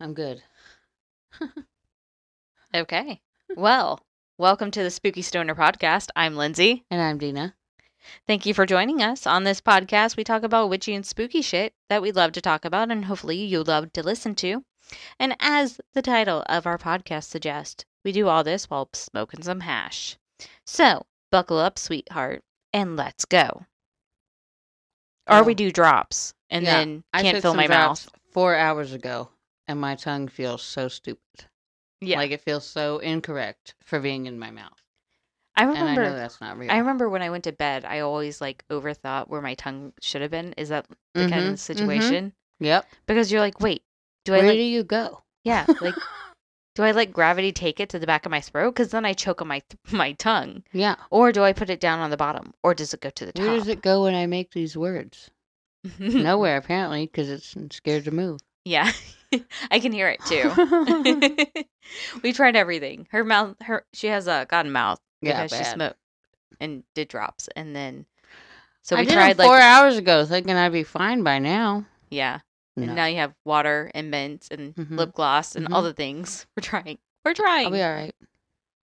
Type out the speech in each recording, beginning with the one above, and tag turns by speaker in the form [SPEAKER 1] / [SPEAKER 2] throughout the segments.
[SPEAKER 1] I'm good.
[SPEAKER 2] Okay. Well, welcome to the Spooky Stoner podcast. I'm Lindsay.
[SPEAKER 1] And I'm Dina.
[SPEAKER 2] Thank you for joining us. On this podcast, we talk about witchy and spooky shit that we love to talk about and hopefully you love to listen to. And as the title of our podcast suggests, we do all this while smoking some hash. So, buckle up, sweetheart, and let's go. Or we
[SPEAKER 1] Well,
[SPEAKER 2] do drops and
[SPEAKER 1] Oh. yeah,
[SPEAKER 2] then can't
[SPEAKER 1] took
[SPEAKER 2] fill
[SPEAKER 1] some
[SPEAKER 2] my
[SPEAKER 1] drops
[SPEAKER 2] mouth.
[SPEAKER 1] four hours ago, and my tongue feels so stupid.
[SPEAKER 2] Yeah.
[SPEAKER 1] Like it feels so incorrect for being in my mouth.
[SPEAKER 2] I
[SPEAKER 1] And I
[SPEAKER 2] remember
[SPEAKER 1] know that's not real.
[SPEAKER 2] I remember when I went to bed, I always like overthought where my tongue should have been. Is that the kind
[SPEAKER 1] Mhm,
[SPEAKER 2] of situation?
[SPEAKER 1] mhm. Yep.
[SPEAKER 2] Because you're like, wait, do I
[SPEAKER 1] Where
[SPEAKER 2] like,
[SPEAKER 1] do you go?
[SPEAKER 2] yeah, like, do I let gravity take it to the back of my throat? Because then I choke on my th- my tongue,
[SPEAKER 1] Yeah.
[SPEAKER 2] or do I put it down on the bottom, or does it go to the top?
[SPEAKER 1] Where does it go when I make these words? Nowhere, apparently, because it's scared to move.
[SPEAKER 2] yeah, I can hear it too. we tried everything. Her mouth, her she has a cotton mouth
[SPEAKER 1] yeah,
[SPEAKER 2] because she
[SPEAKER 1] bad.
[SPEAKER 2] smoked and did drops, and then so we
[SPEAKER 1] I did 'em
[SPEAKER 2] tried like
[SPEAKER 1] four hours ago, thinking I'd be fine by now.
[SPEAKER 2] yeah.
[SPEAKER 1] No.
[SPEAKER 2] And now you have water and mint and
[SPEAKER 1] Mhm.
[SPEAKER 2] lip gloss and all the things. We're trying. We're trying.
[SPEAKER 1] I'll be all right.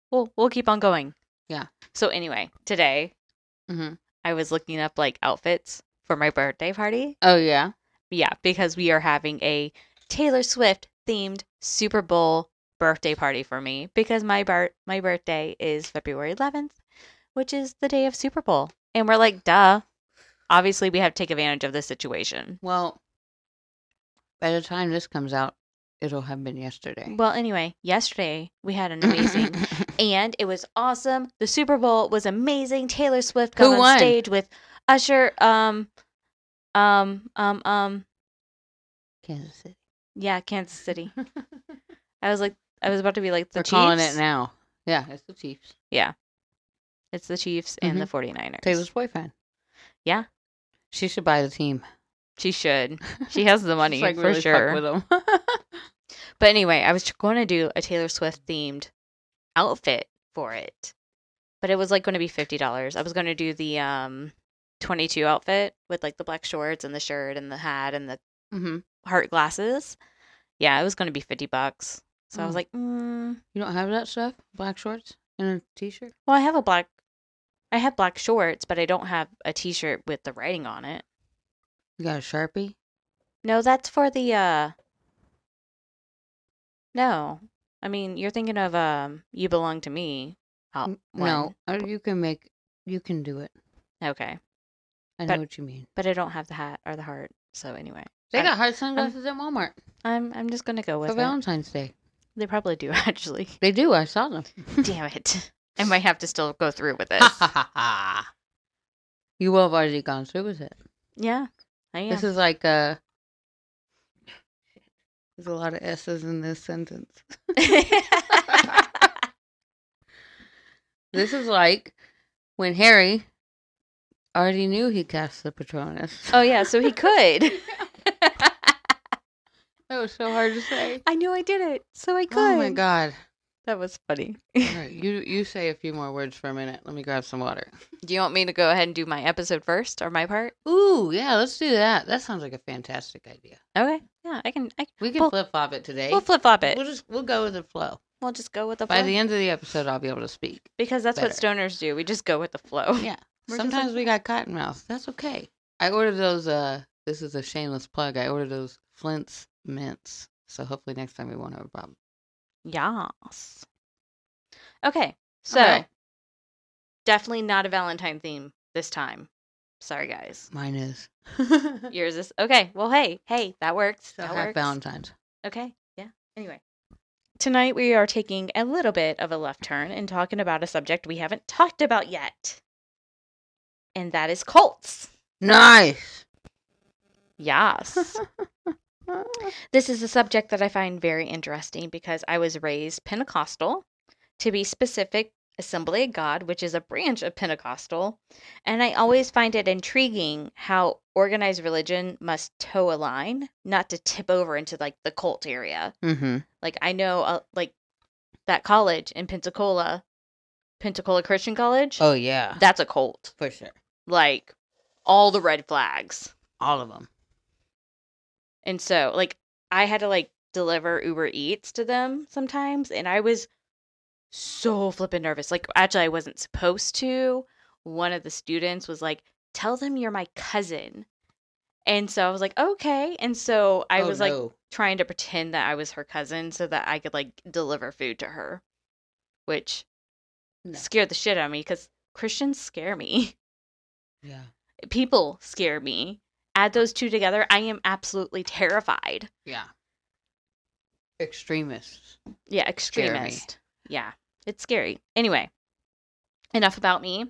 [SPEAKER 2] We'll we'll keep on going.
[SPEAKER 1] Yeah.
[SPEAKER 2] So anyway, today
[SPEAKER 1] Mhm.
[SPEAKER 2] I was looking up like outfits for my birthday party.
[SPEAKER 1] Oh yeah.
[SPEAKER 2] Yeah, because we are having a Taylor Swift themed Super Bowl birthday party for me because my bar- my birthday is February 11th, which is the day of Super Bowl. And we're like, duh. Obviously, we have to take advantage of this situation.
[SPEAKER 1] Well, by the time this comes out, it'll have been yesterday.
[SPEAKER 2] Well, anyway, yesterday we had an amazing and it was awesome. The Super Bowl was amazing. Taylor Swift got
[SPEAKER 1] Who
[SPEAKER 2] on
[SPEAKER 1] won?
[SPEAKER 2] stage with Usher. Um, um, um, um.
[SPEAKER 1] Kansas City.
[SPEAKER 2] Yeah, Kansas City. I was like, I was about to be like the
[SPEAKER 1] They're
[SPEAKER 2] Chiefs.
[SPEAKER 1] calling it now. Yeah, it's the Chiefs.
[SPEAKER 2] It's the Chiefs and the 49ers.
[SPEAKER 1] Mm-hmm. Taylor's boyfriend.
[SPEAKER 2] Yeah.
[SPEAKER 1] She should buy the team.
[SPEAKER 2] She should. She has the money
[SPEAKER 1] Just, like,
[SPEAKER 2] for
[SPEAKER 1] really fuck
[SPEAKER 2] sure.
[SPEAKER 1] with 'em.
[SPEAKER 2] But anyway, I was going to do a Taylor Swift themed outfit for it, but it was like going to be fifty dollars. I was going to do the um twenty two outfit with like the black shorts and the shirt and the hat and the
[SPEAKER 1] Mhm.
[SPEAKER 2] heart glasses. Yeah, it was going to be 50 bucks. So I was
[SPEAKER 1] Mm.
[SPEAKER 2] like, mm,
[SPEAKER 1] You don't have that stuff? Black shorts and a t-shirt?
[SPEAKER 2] well, I have a black I have black shorts, but I don't have a t-shirt with the writing on it.
[SPEAKER 1] You got a Sharpie?
[SPEAKER 2] No, that's for the uh No. I mean, you're thinking of um You Belong to Me. Oh,
[SPEAKER 1] N- No. Uh, You can make you can do it.
[SPEAKER 2] Okay.
[SPEAKER 1] I
[SPEAKER 2] But-
[SPEAKER 1] know what you mean.
[SPEAKER 2] But I don't have the hat or the heart. So anyway,
[SPEAKER 1] They
[SPEAKER 2] I'm-
[SPEAKER 1] got hard sunglasses at Walmart
[SPEAKER 2] I'm I'm just going to go with
[SPEAKER 1] for
[SPEAKER 2] it.
[SPEAKER 1] Valentine's Day.
[SPEAKER 2] They probably do actually.
[SPEAKER 1] They do. I saw them.
[SPEAKER 2] Damn it. I might have to still go through with this.
[SPEAKER 1] Ha ha ha ha. You will have already gone through with it.
[SPEAKER 2] yeah. I am.
[SPEAKER 1] This is like uh There's a lot of S's in this sentence. This is like when Harry already knew he cast the Patronus.
[SPEAKER 2] oh yeah, so he could.
[SPEAKER 1] That was so hard to say.
[SPEAKER 2] I knew I did it, so I could.
[SPEAKER 1] Oh my god.
[SPEAKER 2] that was funny.
[SPEAKER 1] All right, you you say a few more words for a minute. Let me grab some water.
[SPEAKER 2] Do you want me to go ahead and do my episode first or my part?
[SPEAKER 1] Ooh, yeah, let's do that. That sounds like a fantastic idea.
[SPEAKER 2] Okay. Yeah, I can. I can
[SPEAKER 1] We can
[SPEAKER 2] Well,
[SPEAKER 1] flip flop it today.
[SPEAKER 2] we'll flip flop it.
[SPEAKER 1] We'll just we'll go with the flow.
[SPEAKER 2] We'll just go with the flow
[SPEAKER 1] By the end of the episode, I'll be able to speak.
[SPEAKER 2] because that's what
[SPEAKER 1] better.
[SPEAKER 2] stoners do. We just go with the flow.
[SPEAKER 1] Yeah.
[SPEAKER 2] Oh, We're just
[SPEAKER 1] Sometimes
[SPEAKER 2] like-
[SPEAKER 1] we got cotton mouth. That's okay. I ordered those. Uh, this is a shameless plug. I ordered those Flint's mints. So hopefully next time we won't have a problem.
[SPEAKER 2] Yes. Okay. So
[SPEAKER 1] Okay.
[SPEAKER 2] definitely not a Valentine theme this time. Sorry, guys.
[SPEAKER 1] Mine is.
[SPEAKER 2] Yours is okay. Well, hey, hey, that works.
[SPEAKER 1] So
[SPEAKER 2] that
[SPEAKER 1] happy
[SPEAKER 2] works.
[SPEAKER 1] Valentine's.
[SPEAKER 2] Okay. Yeah. Anyway. Tonight we are taking a little bit of a left turn and talking about a subject we haven't talked about yet. And that is cults.
[SPEAKER 1] Nice.
[SPEAKER 2] Yes. this is a subject that I find very interesting because I was raised Pentecostal, to be specific, Assembly of God, which is a branch of Pentecostal. And I always find it intriguing how organized religion must toe a line, not to tip over into like the cult area.
[SPEAKER 1] mm-hmm.
[SPEAKER 2] Like I know, uh, like that college in Pensacola, Pensacola Christian College.
[SPEAKER 1] Oh yeah,
[SPEAKER 2] That's a cult.
[SPEAKER 1] for sure.
[SPEAKER 2] Like all the red flags,
[SPEAKER 1] All of them.
[SPEAKER 2] and so like I had to like deliver Uber Eats to them sometimes. And I was so flippin' nervous. Like, actually, I wasn't supposed to. One of the students was like, Tell them you're my cousin. And so I was like, Okay. And so I
[SPEAKER 1] Oh,
[SPEAKER 2] was like,
[SPEAKER 1] no.
[SPEAKER 2] trying to pretend that I was her cousin so that I could like deliver food to her, which
[SPEAKER 1] No.
[SPEAKER 2] scared the shit out of me because Christians scare me.
[SPEAKER 1] yeah,
[SPEAKER 2] People scare me. Add those two together, I am absolutely terrified.
[SPEAKER 1] yeah. Extremists.
[SPEAKER 2] Yeah,
[SPEAKER 1] me.
[SPEAKER 2] extremist. Yeah, it's scary. Anyway, enough about me.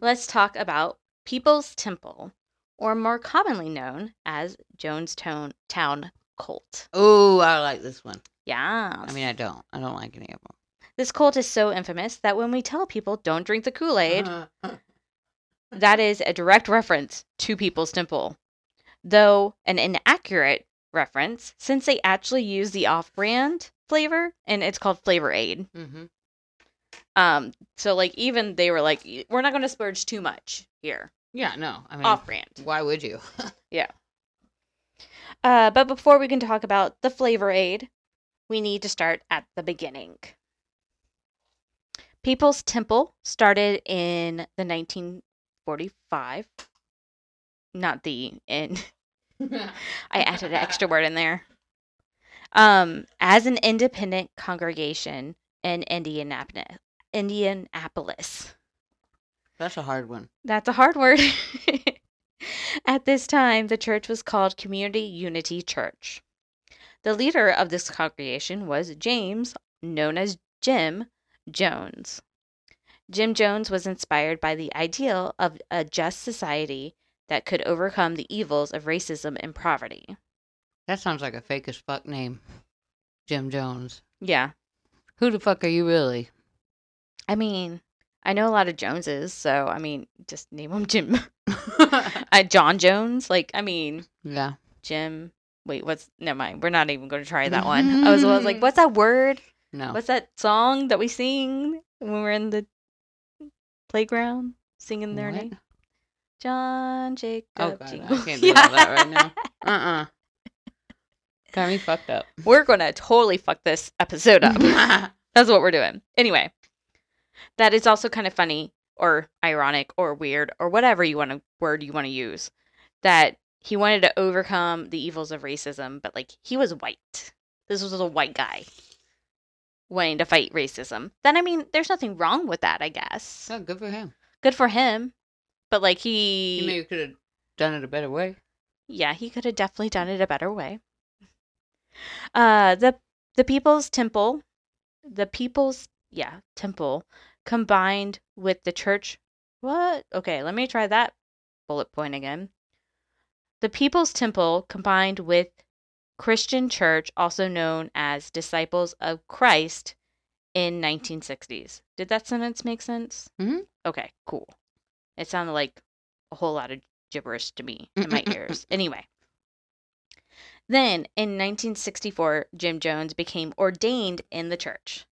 [SPEAKER 2] Let's talk about People's Temple, or more commonly known as Jonestown Town Cult.
[SPEAKER 1] Oh, I like this one.
[SPEAKER 2] Yeah.
[SPEAKER 1] I mean, I don't. I don't like any of them.
[SPEAKER 2] This cult is so infamous that when we tell people don't drink the Kool Aid,
[SPEAKER 1] Uh-huh.
[SPEAKER 2] that is a direct reference to People's Temple, though an inaccurate reference since they actually use the off brand flavor and it's called Flavor Aid.
[SPEAKER 1] hmm
[SPEAKER 2] Um, so, like, even they were like, "Y- we're not going to splurge too much here,
[SPEAKER 1] Yeah, no. I mean,
[SPEAKER 2] off brand.
[SPEAKER 1] why would you?
[SPEAKER 2] Uh, but before we can talk about the Flavor Aid, we need to start at the beginning. People's Temple started in the 1945. Not the in. I added an extra word in there. Um, as an independent congregation in Indianapolis. Indianapolis.
[SPEAKER 1] That's a hard one.
[SPEAKER 2] That's a hard word. At this time, the church was called Community Unity Church. The leader of this congregation was James, known as Jim Jones. Jim Jones was inspired by the ideal of a just society that could overcome the evils of racism and poverty.
[SPEAKER 1] That sounds like a fake as fuck name. Jim Jones.
[SPEAKER 2] Yeah,
[SPEAKER 1] Who the fuck are you really?
[SPEAKER 2] I mean, I know a lot of Joneses, so I mean, just name them Jim. uh, John Jones. Like, I mean,
[SPEAKER 1] yeah.
[SPEAKER 2] Jim. Wait, what's? Never mind. We're not even going to try that one. I was, I was like, what's that word?
[SPEAKER 1] No.
[SPEAKER 2] What's that song that we sing when we're in the playground singing their
[SPEAKER 1] What?
[SPEAKER 2] name? John Jacob
[SPEAKER 1] Oh god,
[SPEAKER 2] Jingle.
[SPEAKER 1] I can't do all that right now. Uh uh Got me fucked up.
[SPEAKER 2] We're going to totally fuck this episode up. That's what we're doing. Anyway, that is also kind of funny or ironic or weird or whatever you want to word you want to use that he wanted to overcome the evils of racism, but like he was white. This was a white guy wanting to fight racism. Then I mean, there's nothing wrong with that, I guess.
[SPEAKER 1] oh, good for him.
[SPEAKER 2] Good for him. But like
[SPEAKER 1] You
[SPEAKER 2] he
[SPEAKER 1] maybe could have done it a better way.
[SPEAKER 2] yeah, he could have definitely done it a better way. Uh, the the People's Temple, the People's yeah Temple, combined with the church. What? Okay, let me try that bullet point again. The People's Temple combined with Christian Church, also known as Disciples of Christ, in 1960s. Did that sentence make sense?
[SPEAKER 1] Mhm.
[SPEAKER 2] Okay, cool. It sounded like a whole lot of gibberish to me in my ears. Anyway. Then in 1964, Jim Jones became ordained in the church.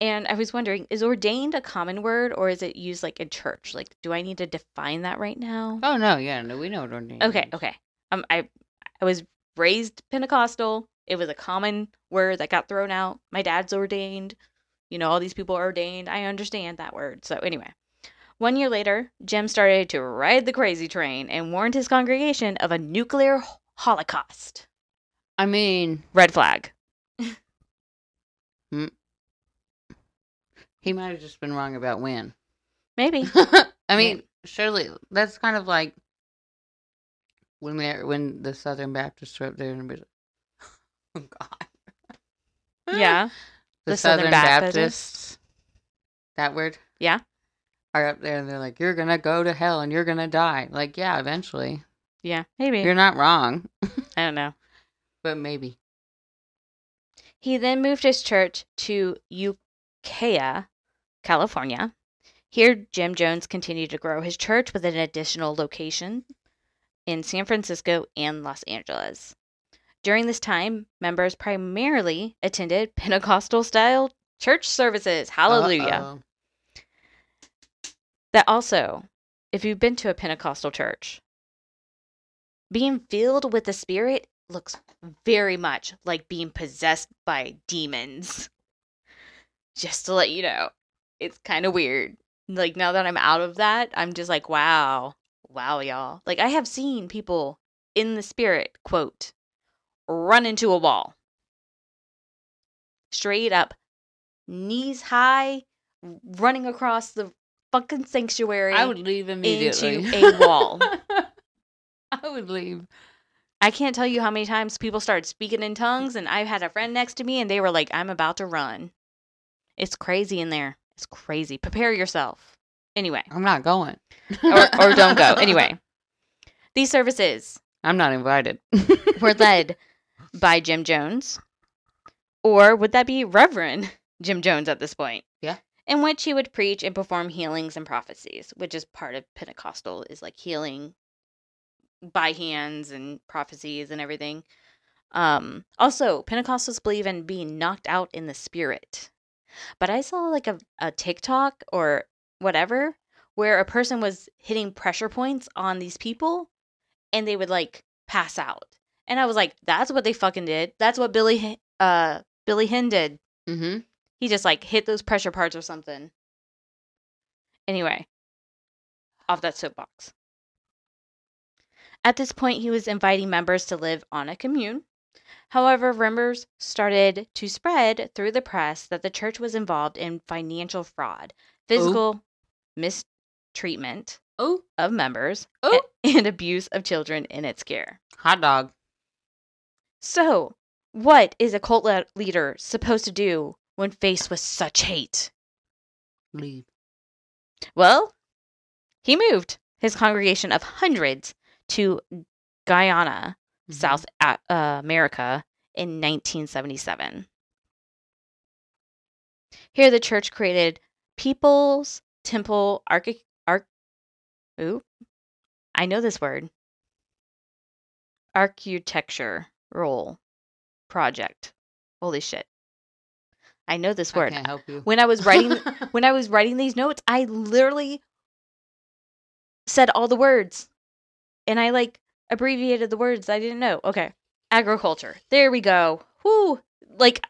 [SPEAKER 2] And I was wondering, is ordained a common word or is it used like in church? Like, do I need to define that right now?
[SPEAKER 1] Oh no, yeah, no, we know what ordained.
[SPEAKER 2] Okay, okay. Um, I I was raised Pentecostal. It was a common word that got thrown out. My dad's ordained. You know, all these people are ordained. I understand that word. So anyway, one year later, Jim started to ride the crazy train and warned his congregation of a nuclear h- holocaust.
[SPEAKER 1] I mean,
[SPEAKER 2] Red flag.
[SPEAKER 1] he might have just been wrong about when.
[SPEAKER 2] Maybe.
[SPEAKER 1] I mean, surely that's kind of like when they're when the Southern Baptists were up there and be like, oh god,
[SPEAKER 2] yeah.
[SPEAKER 1] the,
[SPEAKER 2] The
[SPEAKER 1] Southern,
[SPEAKER 2] Southern
[SPEAKER 1] Baptists,
[SPEAKER 2] Baptists.
[SPEAKER 1] that word,
[SPEAKER 2] Yeah.
[SPEAKER 1] are up there and they're like, you're gonna go to hell and you're gonna die. Like, yeah, eventually,
[SPEAKER 2] Yeah. Maybe.
[SPEAKER 1] you're not wrong,
[SPEAKER 2] I don't know.
[SPEAKER 1] but maybe.
[SPEAKER 2] He then moved his church to Ukiah, California. Here, Jim Jones continued to grow his church with an additional location in San Francisco and Los Angeles. During this time, members primarily attended Pentecostal style church services. Hallelujah.
[SPEAKER 1] Uh-oh.
[SPEAKER 2] That also, if you've been to a Pentecostal church, being filled with the Spirit looks very much like being possessed by demons. Just to let you know, it's kind of weird. Like now that I'm out of that, I'm just like, wow, wow, y'all. Like I have seen people in the spirit, quote, run into a wall. Straight up, knees high, running across the fucking sanctuary
[SPEAKER 1] I would leave immediately.
[SPEAKER 2] into a wall.
[SPEAKER 1] I would leave.
[SPEAKER 2] I can't tell you how many times people started speaking in tongues, and I had a friend next to me, and they were like, I'm about to run. It's crazy in there. It's crazy. Prepare yourself. Anyway,
[SPEAKER 1] I'm not going.
[SPEAKER 2] or, or don't go. Anyway, these services
[SPEAKER 1] I'm not invited.
[SPEAKER 2] were led by Jim Jones, or would that be Reverend Jim Jones at this point?
[SPEAKER 1] Yeah.
[SPEAKER 2] In which he would preach and perform healings and prophecies, which is part of Pentecostal, is like healing by hands and prophecies and everything. Um, also, Pentecostals believe in being knocked out in the spirit. But I saw like a, a TikTok or whatever where a person was hitting pressure points on these people and they would like pass out. And I was like, that's what they fucking did. That's what Billy H- uh Billy Hinn did.
[SPEAKER 1] mm-hmm.
[SPEAKER 2] He just like hit those pressure parts or something. Anyway, off that soapbox. At this point, he was inviting members to live on a commune. However, rumors started to spread through the press that the church was involved in financial fraud, physical mistreatment
[SPEAKER 1] Oh,
[SPEAKER 2] of members,
[SPEAKER 1] oh,
[SPEAKER 2] and abuse of children in its care.
[SPEAKER 1] hot dog.
[SPEAKER 2] So, what is a cult le- leader supposed to do when faced with such hate?
[SPEAKER 1] Leave.
[SPEAKER 2] Well, he moved his congregation of hundreds to Guyana,
[SPEAKER 1] Mhm.
[SPEAKER 2] South A- uh, America in 1977. Here, the church created People's Temple Arch. Arch- Ooh, I know this word. Architecture Role Project. Holy shit. I know this
[SPEAKER 1] I
[SPEAKER 2] word.
[SPEAKER 1] can't help you.
[SPEAKER 2] When I was writing when I was writing these notes, I literally said all the words. And I like abbreviated the words I didn't know. Okay. Agriculture. There we go. Whoo. Like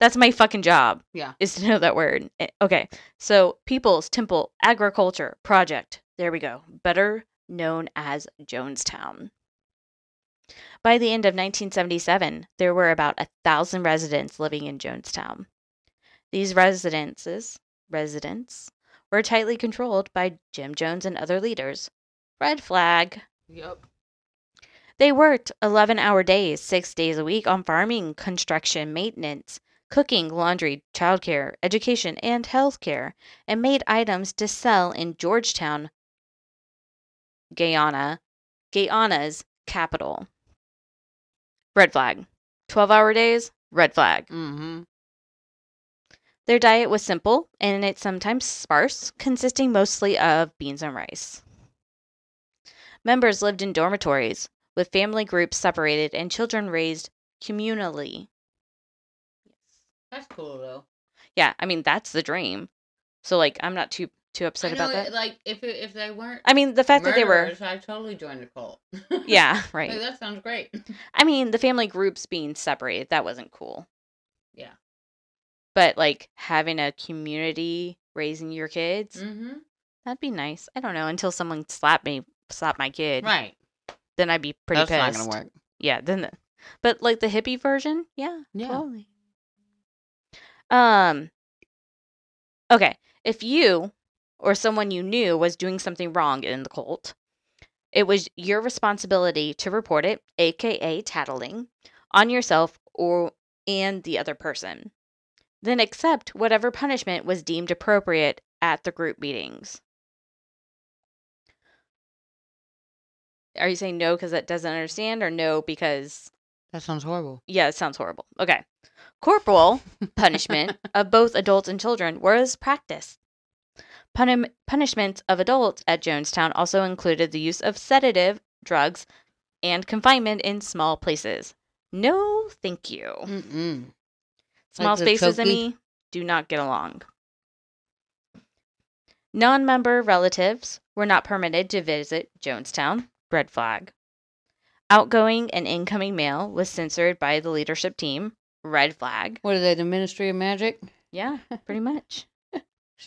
[SPEAKER 2] that's my fucking job.
[SPEAKER 1] Yeah.
[SPEAKER 2] Is to know that word. Eh, Okay. So peoples, temple, agriculture, project. There we go. Better known as Jonestown. By the end of 1977, there were about a thousand residents living in Jonestown. These residences, residents, were tightly controlled by Jim Jones and other leaders. Red flag.
[SPEAKER 1] yep.
[SPEAKER 2] They worked 11 hour days, six days a week on farming, construction, maintenance, cooking, laundry, childcare, education, and healthcare, and made items to sell in Georgetown, Guyana, Guyana's capital. Red flag. 12 hour days, red flag.
[SPEAKER 1] Mm-hmm.
[SPEAKER 2] Their diet was simple and it sometimes sparse, consisting mostly of beans and rice. Members lived in dormitories, with family groups separated and children raised communally.
[SPEAKER 1] That's cool though.
[SPEAKER 2] Yeah, I mean that's the dream. So like I'm not too too upset
[SPEAKER 1] I know
[SPEAKER 2] about
[SPEAKER 1] it-
[SPEAKER 2] that.
[SPEAKER 1] Like if it, if they weren't
[SPEAKER 2] I mean the fact that they were
[SPEAKER 1] murderers, I totally joined the cult.
[SPEAKER 2] Yeah,
[SPEAKER 1] Like,
[SPEAKER 2] right.
[SPEAKER 1] that sounds great.
[SPEAKER 2] I mean the family groups being separated, that wasn't cool.
[SPEAKER 1] Yeah.
[SPEAKER 2] But like having a community raising your kids,
[SPEAKER 1] Mm-hmm.
[SPEAKER 2] that'd be nice. I don't know, until someone slapped me slapped my kid.
[SPEAKER 1] Right.
[SPEAKER 2] Then I'd be pretty
[SPEAKER 1] That's
[SPEAKER 2] pissed.
[SPEAKER 1] not gonna work.
[SPEAKER 2] yeah then the, but like the hippie version yeah,
[SPEAKER 1] Yeah.
[SPEAKER 2] totally um okay if you or someone you knew was doing something wrong in the cult it was your responsibility to report it aka tattling on yourself or and the other person then accept whatever punishment was deemed appropriate at the group meetings are you saying no because that doesn't understand or no because
[SPEAKER 1] That sounds horrible.
[SPEAKER 2] yeah, it sounds horrible. Okay. Corporal punishment of both adults and children was practiced. Punim- punishments of adults at Jonestown also included the use of sedative drugs and confinement in small places. No, thank you.
[SPEAKER 1] Mm-mm.
[SPEAKER 2] Small
[SPEAKER 1] Like the
[SPEAKER 2] spaces and
[SPEAKER 1] Toki?
[SPEAKER 2] me do not get along. Non member relatives were not permitted to visit Jonestown, red flag. Outgoing and incoming mail was censored by the leadership team. Red flag.
[SPEAKER 1] What are they? The Ministry of Magic?
[SPEAKER 2] Yeah, pretty much.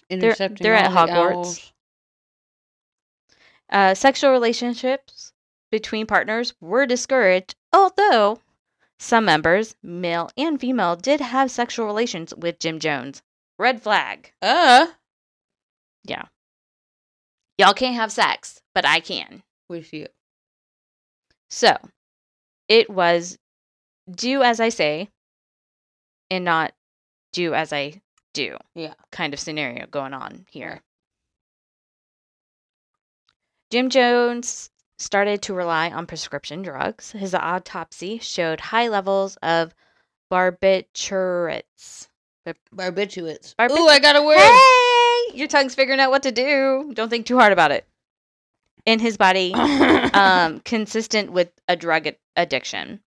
[SPEAKER 1] Intercepting
[SPEAKER 2] they're at
[SPEAKER 1] all the
[SPEAKER 2] Hogwarts.
[SPEAKER 1] owls.
[SPEAKER 2] Uh, sexual relationships between partners were discouraged, although some members, male and female, did have sexual relations with Jim Jones. Red flag.
[SPEAKER 1] Uh,
[SPEAKER 2] Y'all can't have sex, but I can.
[SPEAKER 1] with you.
[SPEAKER 2] So it was do as I say and not do as I do.
[SPEAKER 1] Yeah.
[SPEAKER 2] Kind of scenario going on here.
[SPEAKER 1] Right.
[SPEAKER 2] Jim Jones started to rely on prescription drugs. His autopsy showed high levels of barbiturates.
[SPEAKER 1] Barbiturates.
[SPEAKER 2] Barbitu-
[SPEAKER 1] Ooh, I got a word.
[SPEAKER 2] Hey! Your tongue's figuring out what to do. Don't think too hard about it. In his body, um, consistent with a drug ad- addiction.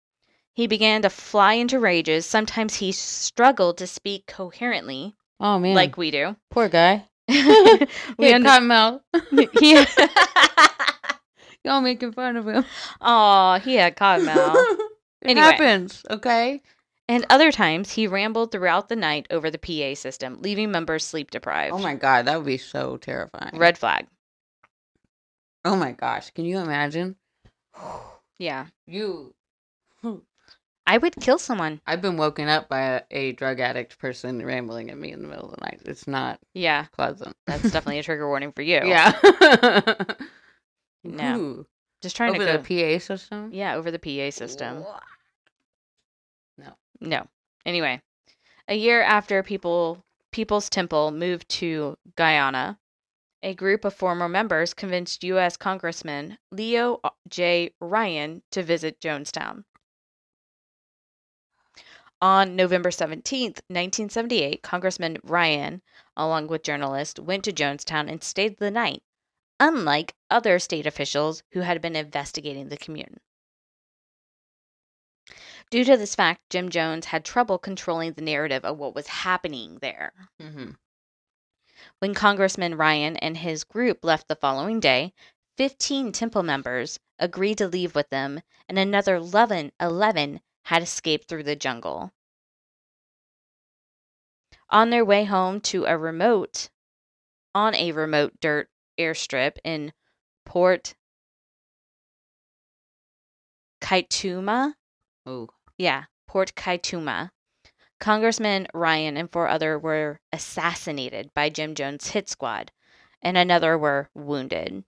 [SPEAKER 2] He began to fly into rages. Sometimes he struggled to speak coherently,
[SPEAKER 1] oh man,
[SPEAKER 2] like we do.
[SPEAKER 1] poor guy.
[SPEAKER 2] we
[SPEAKER 1] We had
[SPEAKER 2] under-
[SPEAKER 1] cotton mouth.
[SPEAKER 2] he-
[SPEAKER 1] Y'all making fun of him.
[SPEAKER 2] Aw, he had cotton mouth.
[SPEAKER 1] it
[SPEAKER 2] Anyway.
[SPEAKER 1] happens. Okay.
[SPEAKER 2] and other times he rambled throughout the night over the PA system, leaving members sleep deprived.
[SPEAKER 1] Oh my god, that would be so terrifying.
[SPEAKER 2] Red flag.
[SPEAKER 1] Oh my gosh, can you imagine?
[SPEAKER 2] Yeah.
[SPEAKER 1] You.
[SPEAKER 2] I would kill someone.
[SPEAKER 1] I've been woken up by a, a drug addict person rambling at me in the middle of the night. It's not
[SPEAKER 2] Yeah.
[SPEAKER 1] pleasant.
[SPEAKER 2] That's definitely a trigger warning for you.
[SPEAKER 1] Yeah.
[SPEAKER 2] No.
[SPEAKER 1] Ooh.
[SPEAKER 2] Just trying
[SPEAKER 1] Over
[SPEAKER 2] to go.
[SPEAKER 1] the PA system.
[SPEAKER 2] yeah, over the PA system.
[SPEAKER 1] Wha-
[SPEAKER 2] No. Anyway, a year after people People's Temple moved to Guyana, a group of former members convinced U.S. Congressman Leo uh, J. Ryan to visit Jonestown. On November 17th, 1978, Congressman Ryan, along with journalists, went to Jonestown and stayed the night, unlike other state officials who had been investigating the commune. Due to this fact, Jim Jones had trouble controlling the narrative of what was happening there.
[SPEAKER 1] Mhm.
[SPEAKER 2] When Congressman Ryan and his group left the following day, 15 temple members agreed to leave with them, and another 11, 11 had escaped through the jungle. On their way home to a remote, on a remote dirt airstrip in Port Kaituma,
[SPEAKER 1] Oh.
[SPEAKER 2] yeah, Port Kaituma. Congressman Ryan and four other were assassinated by Jim Jones' hit squad, and another were wounded.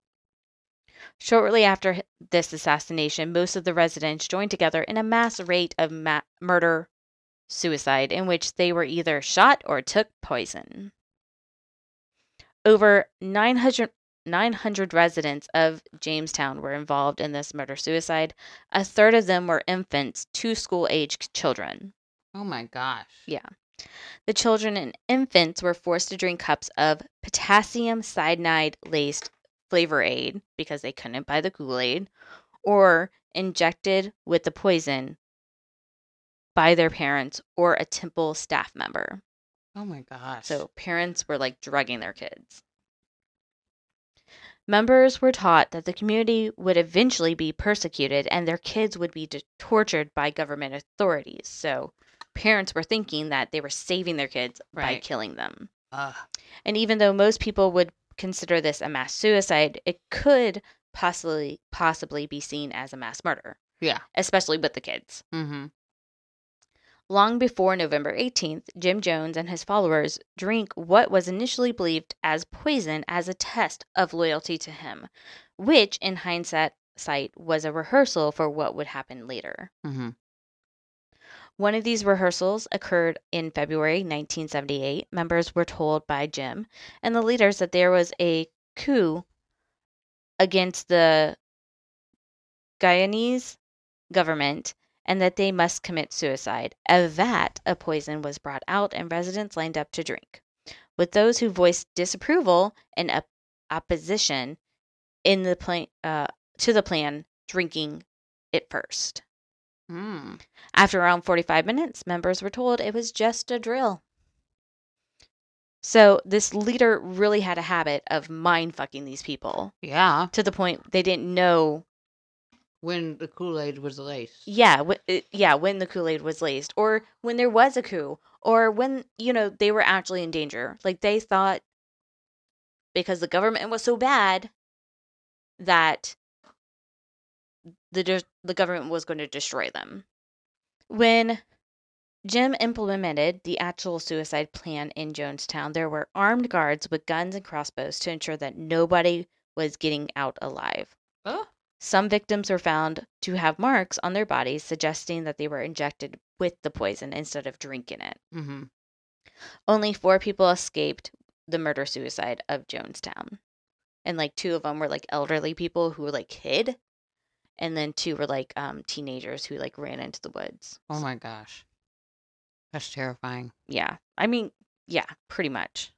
[SPEAKER 2] Shortly after h- this assassination, most of the residents joined together in a mass rate of ma- murder suicide in which they were either shot or took poison. Over 900, 900 residents of Jamestown were involved in this murder suicide, a third of them were infants, two school aged children.
[SPEAKER 1] Oh my gosh.
[SPEAKER 2] Yeah. The children and infants were forced to drink cups of potassium cyanide laced flavor aid because they couldn't buy the Kool Aid or injected with the poison by their parents or a temple staff member.
[SPEAKER 1] Oh my gosh.
[SPEAKER 2] So parents were like drugging their kids. Members were taught that the community would eventually be persecuted and their kids would be de- tortured by government authorities. So parents were thinking that they were saving their kids by
[SPEAKER 1] Right.
[SPEAKER 2] killing them.
[SPEAKER 1] Ugh.
[SPEAKER 2] And even though most people would consider this a mass suicide, it could possibly possibly be seen as a mass murder,
[SPEAKER 1] yeah.
[SPEAKER 2] especially with the kids.
[SPEAKER 1] Mm-hmm.
[SPEAKER 2] Long before November 18th, Jim Jones and his followers drink what was initially believed as poison as a test of loyalty to him, which in hindsight sight, was a rehearsal for what would happen later.
[SPEAKER 1] Mm-hmm.
[SPEAKER 2] One of these rehearsals occurred in February 1978. Members were told by Jim and the leaders that there was a coup against the Guyanese government and that they must commit suicide. A vat of poison was brought out and residents lined up to drink, with those who voiced disapproval and op- opposition in the plan uh, to the plan drinking it first.
[SPEAKER 1] Mm.
[SPEAKER 2] After around 45 minutes, members were told it was just a drill. So, this leader really had a habit of mind fucking these people
[SPEAKER 1] Yeah.
[SPEAKER 2] to the point they didn't know
[SPEAKER 1] when the Kool Aid was laced.
[SPEAKER 2] Yeah, w- it- yeah, when the Kool-Aid was laced or when there was a coup or when, you know, they were actually in danger. Like they thought because the government was so bad that the dis- the government was going to destroy them. When Jim implemented the actual suicide plan in Jonestown, there were armed guards with guns and crossbows to ensure that nobody was getting out alive.
[SPEAKER 1] Oh,
[SPEAKER 2] Some victims were found to have marks on their bodies suggesting that they were injected with the poison instead of drinking it.
[SPEAKER 1] mm-hmm.
[SPEAKER 2] Only four people escaped the murder suicide of Jonestown. And like two of them were like elderly people who like hid. And then two were like um, teenagers who like ran into the woods.
[SPEAKER 1] oh my gosh, that's terrifying.
[SPEAKER 2] Yeah. I mean, yeah, pretty much.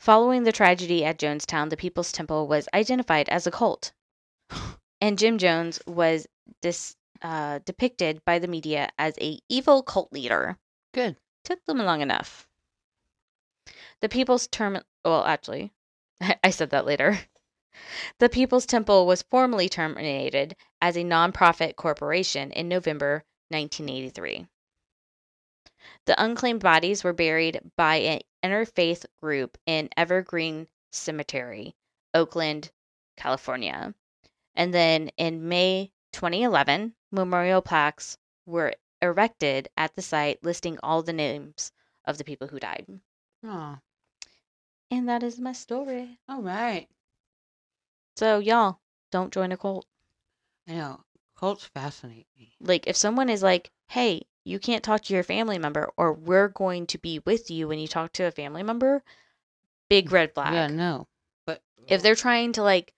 [SPEAKER 2] Following the tragedy at Jonestown, the People's Temple was identified as a cult. And Jim Jones was dis, uh, depicted by the media as a evil cult leader.
[SPEAKER 1] Good.
[SPEAKER 2] Took them long enough. The People's Term well, actually, I said that later. The People's Temple was formally terminated as a nonprofit corporation in November 1983. The unclaimed bodies were buried by an interfaith group in Evergreen Cemetery, Oakland, California. And then in May 2011, memorial plaques were erected at the site listing all the names of the people who died.
[SPEAKER 1] Oh,
[SPEAKER 2] And that is my story.
[SPEAKER 1] all right.
[SPEAKER 2] So, y'all, don't join a cult.
[SPEAKER 1] I know cults fascinate me.
[SPEAKER 2] Like, if someone is like, hey, you can't talk to your family member, or we're going to be with you when you talk to a family member, big red flag.
[SPEAKER 1] Yeah, no, but
[SPEAKER 2] if they're trying to like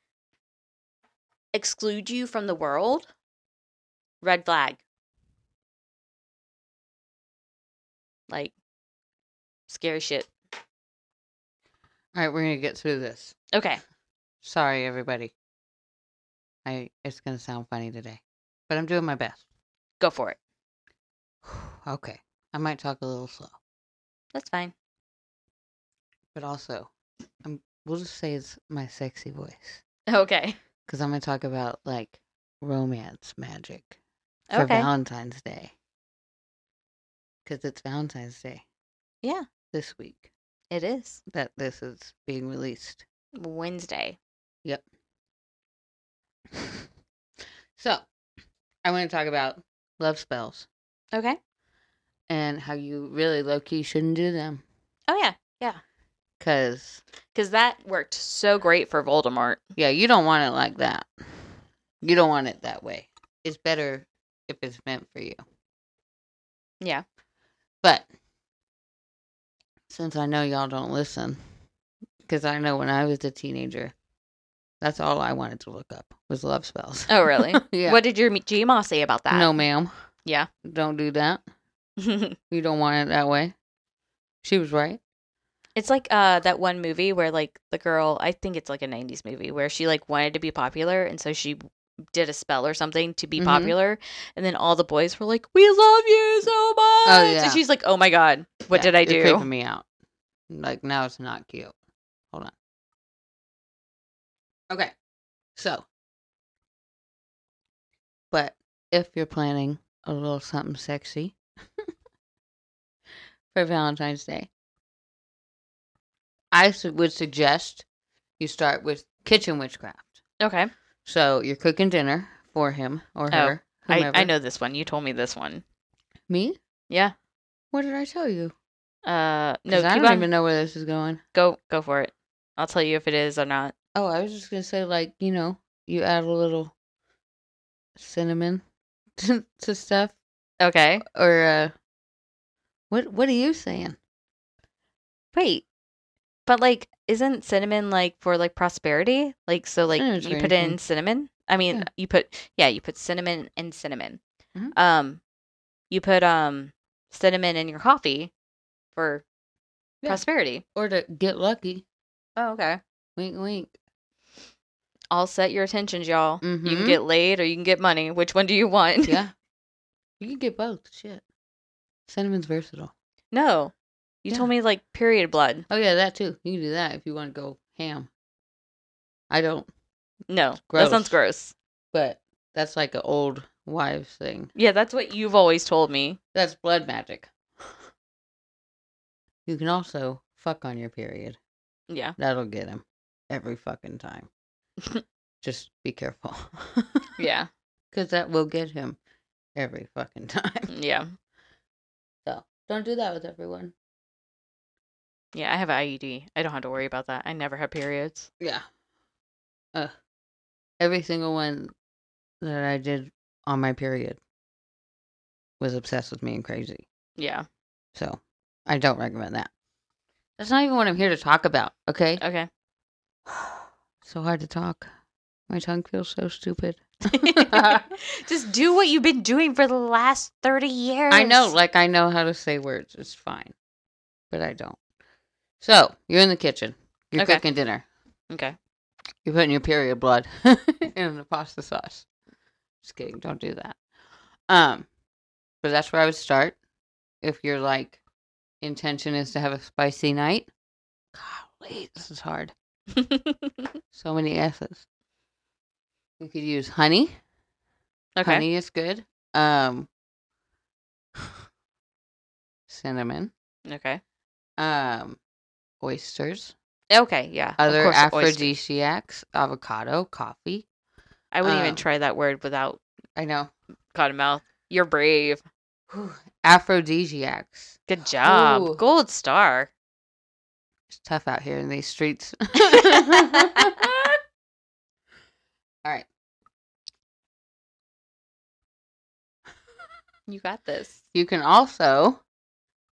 [SPEAKER 2] exclude you from the world, red flag. Like scary shit.
[SPEAKER 1] all right, we're gonna get through this.
[SPEAKER 2] Okay.
[SPEAKER 1] Sorry, everybody. I it's gonna sound funny today, but I'm doing my best.
[SPEAKER 2] Go for it.
[SPEAKER 1] okay, I might talk a little slow,
[SPEAKER 2] That's fine.
[SPEAKER 1] but also, I'm we'll just say it's my sexy voice
[SPEAKER 2] Okay.
[SPEAKER 1] because I'm gonna talk about like romance magic for
[SPEAKER 2] Okay.
[SPEAKER 1] Valentine's Day because it's Valentine's Day.
[SPEAKER 2] Yeah.
[SPEAKER 1] this week
[SPEAKER 2] It is
[SPEAKER 1] that this is being released.
[SPEAKER 2] Wednesday.
[SPEAKER 1] so, I want to talk about love spells.
[SPEAKER 2] Okay.
[SPEAKER 1] and how you really low key shouldn't do them.
[SPEAKER 2] Oh yeah.
[SPEAKER 1] Cause,
[SPEAKER 2] Cause that worked so great for Voldemort.
[SPEAKER 1] yeah, you don't want it like that. You don't want it that way. It's better if it's meant for you.
[SPEAKER 2] Yeah.
[SPEAKER 1] But since I know y'all don't listen, because I know when I was a teenager, that's all I wanted to look up was love spells.
[SPEAKER 2] Oh really?
[SPEAKER 1] yeah.
[SPEAKER 2] What did your me- GMA say about that?
[SPEAKER 1] No, ma'am.
[SPEAKER 2] Yeah.
[SPEAKER 1] Don't do that. You don't want it that way. She was right.
[SPEAKER 2] It's like uh that one movie where like the girl, I think it's like a 90s movie where she like wanted to be popular and so she did a spell or something to be
[SPEAKER 1] Mhm.
[SPEAKER 2] popular and then all the boys were like, "We love you so much."
[SPEAKER 1] yeah.
[SPEAKER 2] And she's like, "Oh my god, what
[SPEAKER 1] Yeah,
[SPEAKER 2] did I
[SPEAKER 1] you're creeping
[SPEAKER 2] do?"
[SPEAKER 1] me out. Like now it's not cute. Hold on. Okay. So but if you're planning a little something sexy for Valentine's Day, I su- would suggest you start with kitchen witchcraft.
[SPEAKER 2] Okay.
[SPEAKER 1] So you're cooking dinner for him or her.
[SPEAKER 2] Oh, I,
[SPEAKER 1] whomever.
[SPEAKER 2] I know this one. You told me this one.
[SPEAKER 1] Me?
[SPEAKER 2] Yeah.
[SPEAKER 1] What did I tell you?
[SPEAKER 2] Uh no,
[SPEAKER 1] 'Cause I
[SPEAKER 2] keep
[SPEAKER 1] don't
[SPEAKER 2] on.
[SPEAKER 1] even know where this is going.
[SPEAKER 2] Go go for it. I'll tell you if it is or not.
[SPEAKER 1] Oh, I was just gonna say, like, you know, you add a little cinnamon to, to stuff,
[SPEAKER 2] Okay.
[SPEAKER 1] or uh, what? What are you saying?
[SPEAKER 2] Wait. But like isn't cinnamon like for like prosperity? Like so like
[SPEAKER 1] Cinnamon's
[SPEAKER 2] you
[SPEAKER 1] for
[SPEAKER 2] put
[SPEAKER 1] anything.
[SPEAKER 2] in cinnamon? I mean,
[SPEAKER 1] Yeah.
[SPEAKER 2] you put yeah, you put cinnamon in cinnamon.
[SPEAKER 1] Mhm.
[SPEAKER 2] Um you put um cinnamon in your coffee for
[SPEAKER 1] Yeah.
[SPEAKER 2] prosperity.
[SPEAKER 1] Or to get lucky?
[SPEAKER 2] Oh, okay.
[SPEAKER 1] Wink, wink.
[SPEAKER 2] I'll set your attentions, y'all. You
[SPEAKER 1] Mhm.
[SPEAKER 2] can get laid or you can get money. Which one do you want?
[SPEAKER 1] Yeah, you can get both. Shit, cinnamon's versatile.
[SPEAKER 2] no. You told me like period blood.
[SPEAKER 1] Oh yeah, that too. You can do that if you want to go ham. I don't,
[SPEAKER 2] No.
[SPEAKER 1] gross.
[SPEAKER 2] That sounds gross.
[SPEAKER 1] but That's like an old wives thing.
[SPEAKER 2] Yeah, that's what you've always told me.
[SPEAKER 1] That's blood magic. You can also fuck on your period.
[SPEAKER 2] Yeah.
[SPEAKER 1] That'll get him every fucking time. Just be careful.
[SPEAKER 2] Yeah.
[SPEAKER 1] Because that will get him every fucking time.
[SPEAKER 2] Yeah.
[SPEAKER 1] So don't do that with everyone.
[SPEAKER 2] Yeah, I have an IUD. I don't have to worry about that. I never have periods.
[SPEAKER 1] Yeah. Uh, every single one that I did on my period was obsessed with me and crazy.
[SPEAKER 2] Yeah.
[SPEAKER 1] So I don't recommend that. That's not even what I'm here to talk about, okay?
[SPEAKER 2] Okay.
[SPEAKER 1] Uh So hard to talk. My tongue feels so stupid.
[SPEAKER 2] Just do what you've been doing for the last 30 years.
[SPEAKER 1] I know, like I know how to say words. It's fine. But I don't. So, you're in the kitchen. You're
[SPEAKER 2] Okay.
[SPEAKER 1] cooking dinner.
[SPEAKER 2] Okay.
[SPEAKER 1] You're putting your period blood in the pasta sauce. Just kidding, don't do that. Um, but that's where I would start. If your like intention is to have a spicy night, golly, this is hard. So many S's. You could use honey.
[SPEAKER 2] okay.
[SPEAKER 1] Honey is good. Um, cinnamon.
[SPEAKER 2] Okay.
[SPEAKER 1] Um, oysters.
[SPEAKER 2] Okay. Yeah. of
[SPEAKER 1] Other
[SPEAKER 2] course, oyster-
[SPEAKER 1] aphrodisiacs. Avocado. Coffee.
[SPEAKER 2] I wouldn't
[SPEAKER 1] um,
[SPEAKER 2] even try that word without
[SPEAKER 1] I know.
[SPEAKER 2] cottonmouth. You're brave.
[SPEAKER 1] Whew. Aphrodisiacs.
[SPEAKER 2] Good job.
[SPEAKER 1] Ooh.
[SPEAKER 2] Gold star.
[SPEAKER 1] It's tough out here in these streets.
[SPEAKER 2] You got this.
[SPEAKER 1] you can also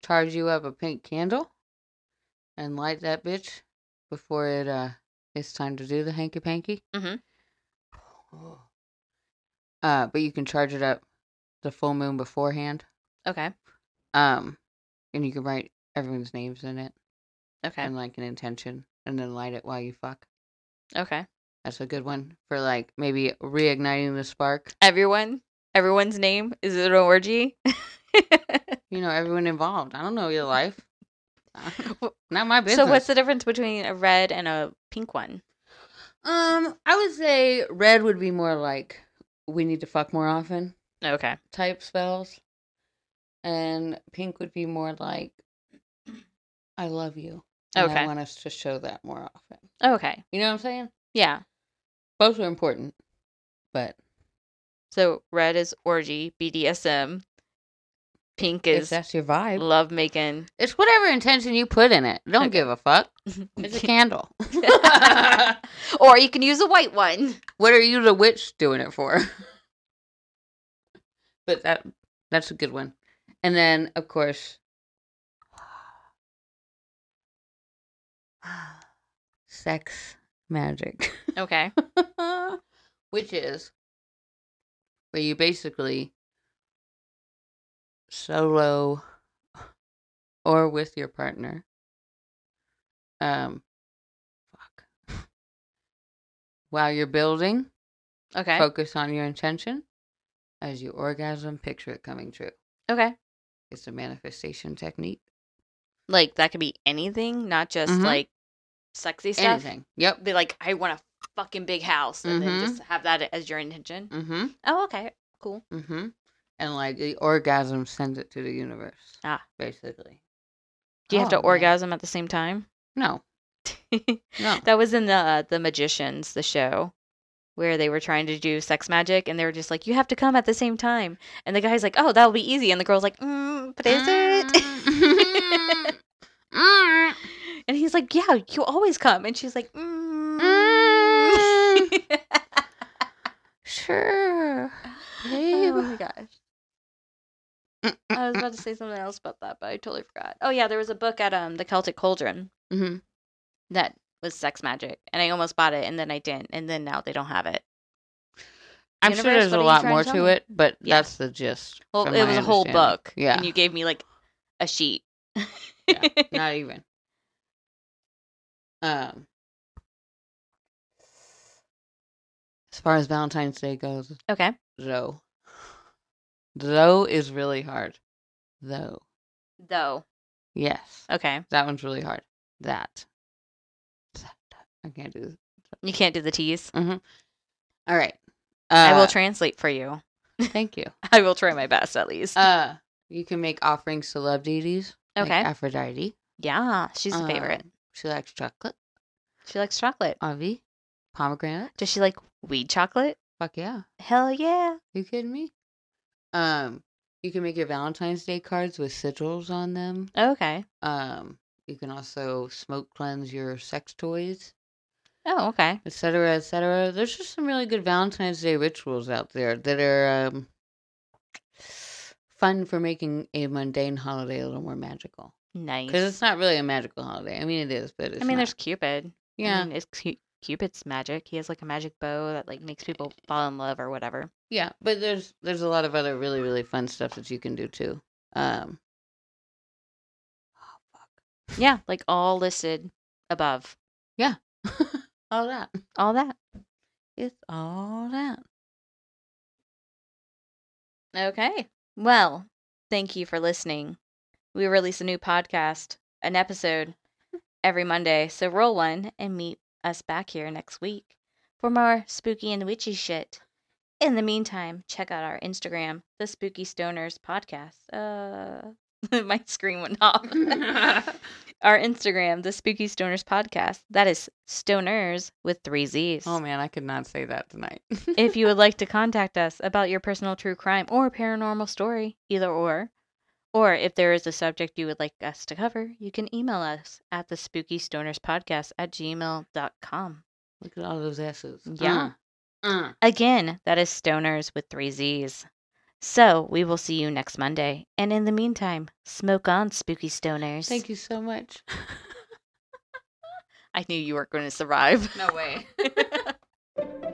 [SPEAKER 1] charge you up a pink candle and light that bitch before it uh it's time to do the hanky panky.
[SPEAKER 2] Mhm.
[SPEAKER 1] Uh, but you can charge it up the full moon beforehand.
[SPEAKER 2] Okay.
[SPEAKER 1] Um, and you can write everyone's names in it
[SPEAKER 2] Okay.
[SPEAKER 1] and like an intention, and then light it while you fuck.
[SPEAKER 2] Okay.
[SPEAKER 1] That's a good one for like maybe reigniting the spark.
[SPEAKER 2] Everyone. Everyone's name. Is it an orgy?
[SPEAKER 1] You know, everyone involved. I don't know your life. Uh, Not my business.
[SPEAKER 2] so what's the difference between a red and a pink one?
[SPEAKER 1] Um, I would say red would be more like we need to fuck more often
[SPEAKER 2] Okay.
[SPEAKER 1] type spells, and pink would be more like I love you. And I
[SPEAKER 2] Okay.
[SPEAKER 1] want us to show that more often.
[SPEAKER 2] Okay.
[SPEAKER 1] You know what I'm saying?
[SPEAKER 2] Yeah.
[SPEAKER 1] Both are important, but
[SPEAKER 2] So red is orgy, BDSM. Pink
[SPEAKER 1] if
[SPEAKER 2] is
[SPEAKER 1] that's your vibe,
[SPEAKER 2] love making.
[SPEAKER 1] it's whatever intention you put in it. Don't
[SPEAKER 2] Okay.
[SPEAKER 1] give a fuck. It's a candle.
[SPEAKER 2] or you can use a white one.
[SPEAKER 1] what are you the witch doing it for? but that that's a good one. And then of course sex magic.
[SPEAKER 2] Okay.
[SPEAKER 1] Which is where you basically solo or with your partner. Um fuck. While you're building
[SPEAKER 2] Okay.
[SPEAKER 1] Focus on your intention. As you orgasm, picture it coming true.
[SPEAKER 2] Okay.
[SPEAKER 1] It's a manifestation technique.
[SPEAKER 2] Like that could be anything, not just
[SPEAKER 1] Mhm.
[SPEAKER 2] like sexy stuff.
[SPEAKER 1] Anything. Yep.
[SPEAKER 2] Be like, I want a fucking big house, and
[SPEAKER 1] Mhm.
[SPEAKER 2] then just have that as your intention.
[SPEAKER 1] Mm-hmm.
[SPEAKER 2] Mm-hmm. Oh, okay, cool.
[SPEAKER 1] Mm-hmm. And like the orgasm sends it to the universe.
[SPEAKER 2] Ah.
[SPEAKER 1] Basically.
[SPEAKER 2] Do you have to
[SPEAKER 1] Oh, man.
[SPEAKER 2] orgasm at the same time?
[SPEAKER 1] No. No.
[SPEAKER 2] that was in the the magicians, the show, where they were trying to do sex magic, and they were just like, you have to come at the same time, and the guy's like, oh, that'll be easy, and the girl's like, mm, but is it?
[SPEAKER 1] Mm. Mm.
[SPEAKER 2] and he's like, yeah, you always come, and she's like, mm.
[SPEAKER 1] Mm. Sure. Babe. Mm,
[SPEAKER 2] Oh my gosh. I was about to say something else about that, but I totally forgot. Oh yeah, there was a book at um the Celtic Cauldron
[SPEAKER 1] Mhm.
[SPEAKER 2] that was sex magic, and I almost bought it, and then I didn't, and then now they don't have it.
[SPEAKER 1] I'm sure
[SPEAKER 2] Universe,
[SPEAKER 1] there's a
[SPEAKER 2] what are you
[SPEAKER 1] lot
[SPEAKER 2] trying to
[SPEAKER 1] more
[SPEAKER 2] tell
[SPEAKER 1] to
[SPEAKER 2] me?
[SPEAKER 1] it, but
[SPEAKER 2] Yeah.
[SPEAKER 1] that's the gist.
[SPEAKER 2] Well,
[SPEAKER 1] from
[SPEAKER 2] it
[SPEAKER 1] my
[SPEAKER 2] was a whole
[SPEAKER 1] understanding.
[SPEAKER 2] book,
[SPEAKER 1] Yeah.
[SPEAKER 2] and you gave me like a sheet.
[SPEAKER 1] Yeah. Not even. Um, as far as Valentine's Day goes,
[SPEAKER 2] okay,
[SPEAKER 1] though, though is really hard. Though,
[SPEAKER 2] though.
[SPEAKER 1] yes,
[SPEAKER 2] Okay,
[SPEAKER 1] that one's really hard. That, I can't do this.
[SPEAKER 2] you can't do the tease.
[SPEAKER 1] All right,
[SPEAKER 2] I will
[SPEAKER 1] Uh,
[SPEAKER 2] translate for you.
[SPEAKER 1] thank you.
[SPEAKER 2] I will try my best at least.
[SPEAKER 1] Uh, you can make offerings to love deities. like
[SPEAKER 2] Okay.
[SPEAKER 1] Aphrodite.
[SPEAKER 2] yeah, she's a favorite.
[SPEAKER 1] Um, She likes chocolate.
[SPEAKER 2] She likes chocolate.
[SPEAKER 1] Avi. Pomegranate.
[SPEAKER 2] Does she like weed chocolate?
[SPEAKER 1] Fuck yeah.
[SPEAKER 2] Hell yeah.
[SPEAKER 1] You kidding me? Um, you can make your Valentine's Day cards with sigils on them.
[SPEAKER 2] Okay.
[SPEAKER 1] Um, you can also smoke cleanse your sex toys,
[SPEAKER 2] Oh, okay.
[SPEAKER 1] etc., etc. There's just some really good Valentine's Day rituals out there that are um, fun for making a mundane holiday a little more magical.
[SPEAKER 2] Nice.
[SPEAKER 1] Because it's not really a magical holiday. I mean, it is, but it's
[SPEAKER 2] I mean,
[SPEAKER 1] not.
[SPEAKER 2] there's Cupid. I
[SPEAKER 1] yeah,
[SPEAKER 2] mean, it's Cu- Cupid's magic. He has like a magic bow that like makes people fall in love or whatever.
[SPEAKER 1] yeah, but there's there's a lot of other really really fun stuff that you can do too. Um,
[SPEAKER 2] Yeah, like all listed above.
[SPEAKER 1] all that.
[SPEAKER 2] All that.
[SPEAKER 1] It's all that.
[SPEAKER 2] Okay. Well, thank you for listening. We release a new podcast, an episode every Monday. So roll one and meet us back here next week for more spooky and witchy shit. In the meantime, check out our Instagram, the Spooky Stoners Podcast. Uh, my screen went off. our Instagram, the Spooky Stoners Podcast. That is Stoners with three Z's.
[SPEAKER 1] Oh man, I could not say that tonight.
[SPEAKER 2] if you would like to contact us about your personal true crime or paranormal story, either or, or if there is a subject you would like us to cover, you can email us at the spooky stoners podcast at gmail.com.
[SPEAKER 1] Look at all those S's.
[SPEAKER 2] Yeah.
[SPEAKER 1] Uh, uh.
[SPEAKER 2] Again, that is stoners with three Z's. So we will see you next Monday. And in the meantime, smoke on, spooky stoners.
[SPEAKER 1] Thank you so much.
[SPEAKER 2] I knew you weren't going to survive.
[SPEAKER 1] No way.